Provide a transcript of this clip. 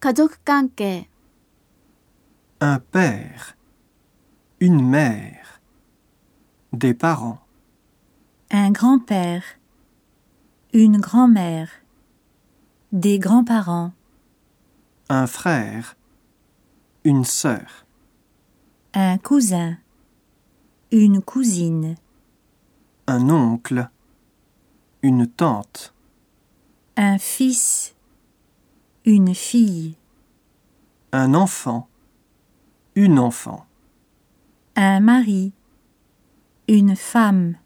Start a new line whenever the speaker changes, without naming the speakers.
家族関係、
un père, une mère, des parents,
un grand-père, une grand-mère, des grands-parents,
un frère, une sœur,
un cousin, une cousine,
un oncle, une tante,
un fils, une fille,
un enfant, une enfant.
un mari, une femme.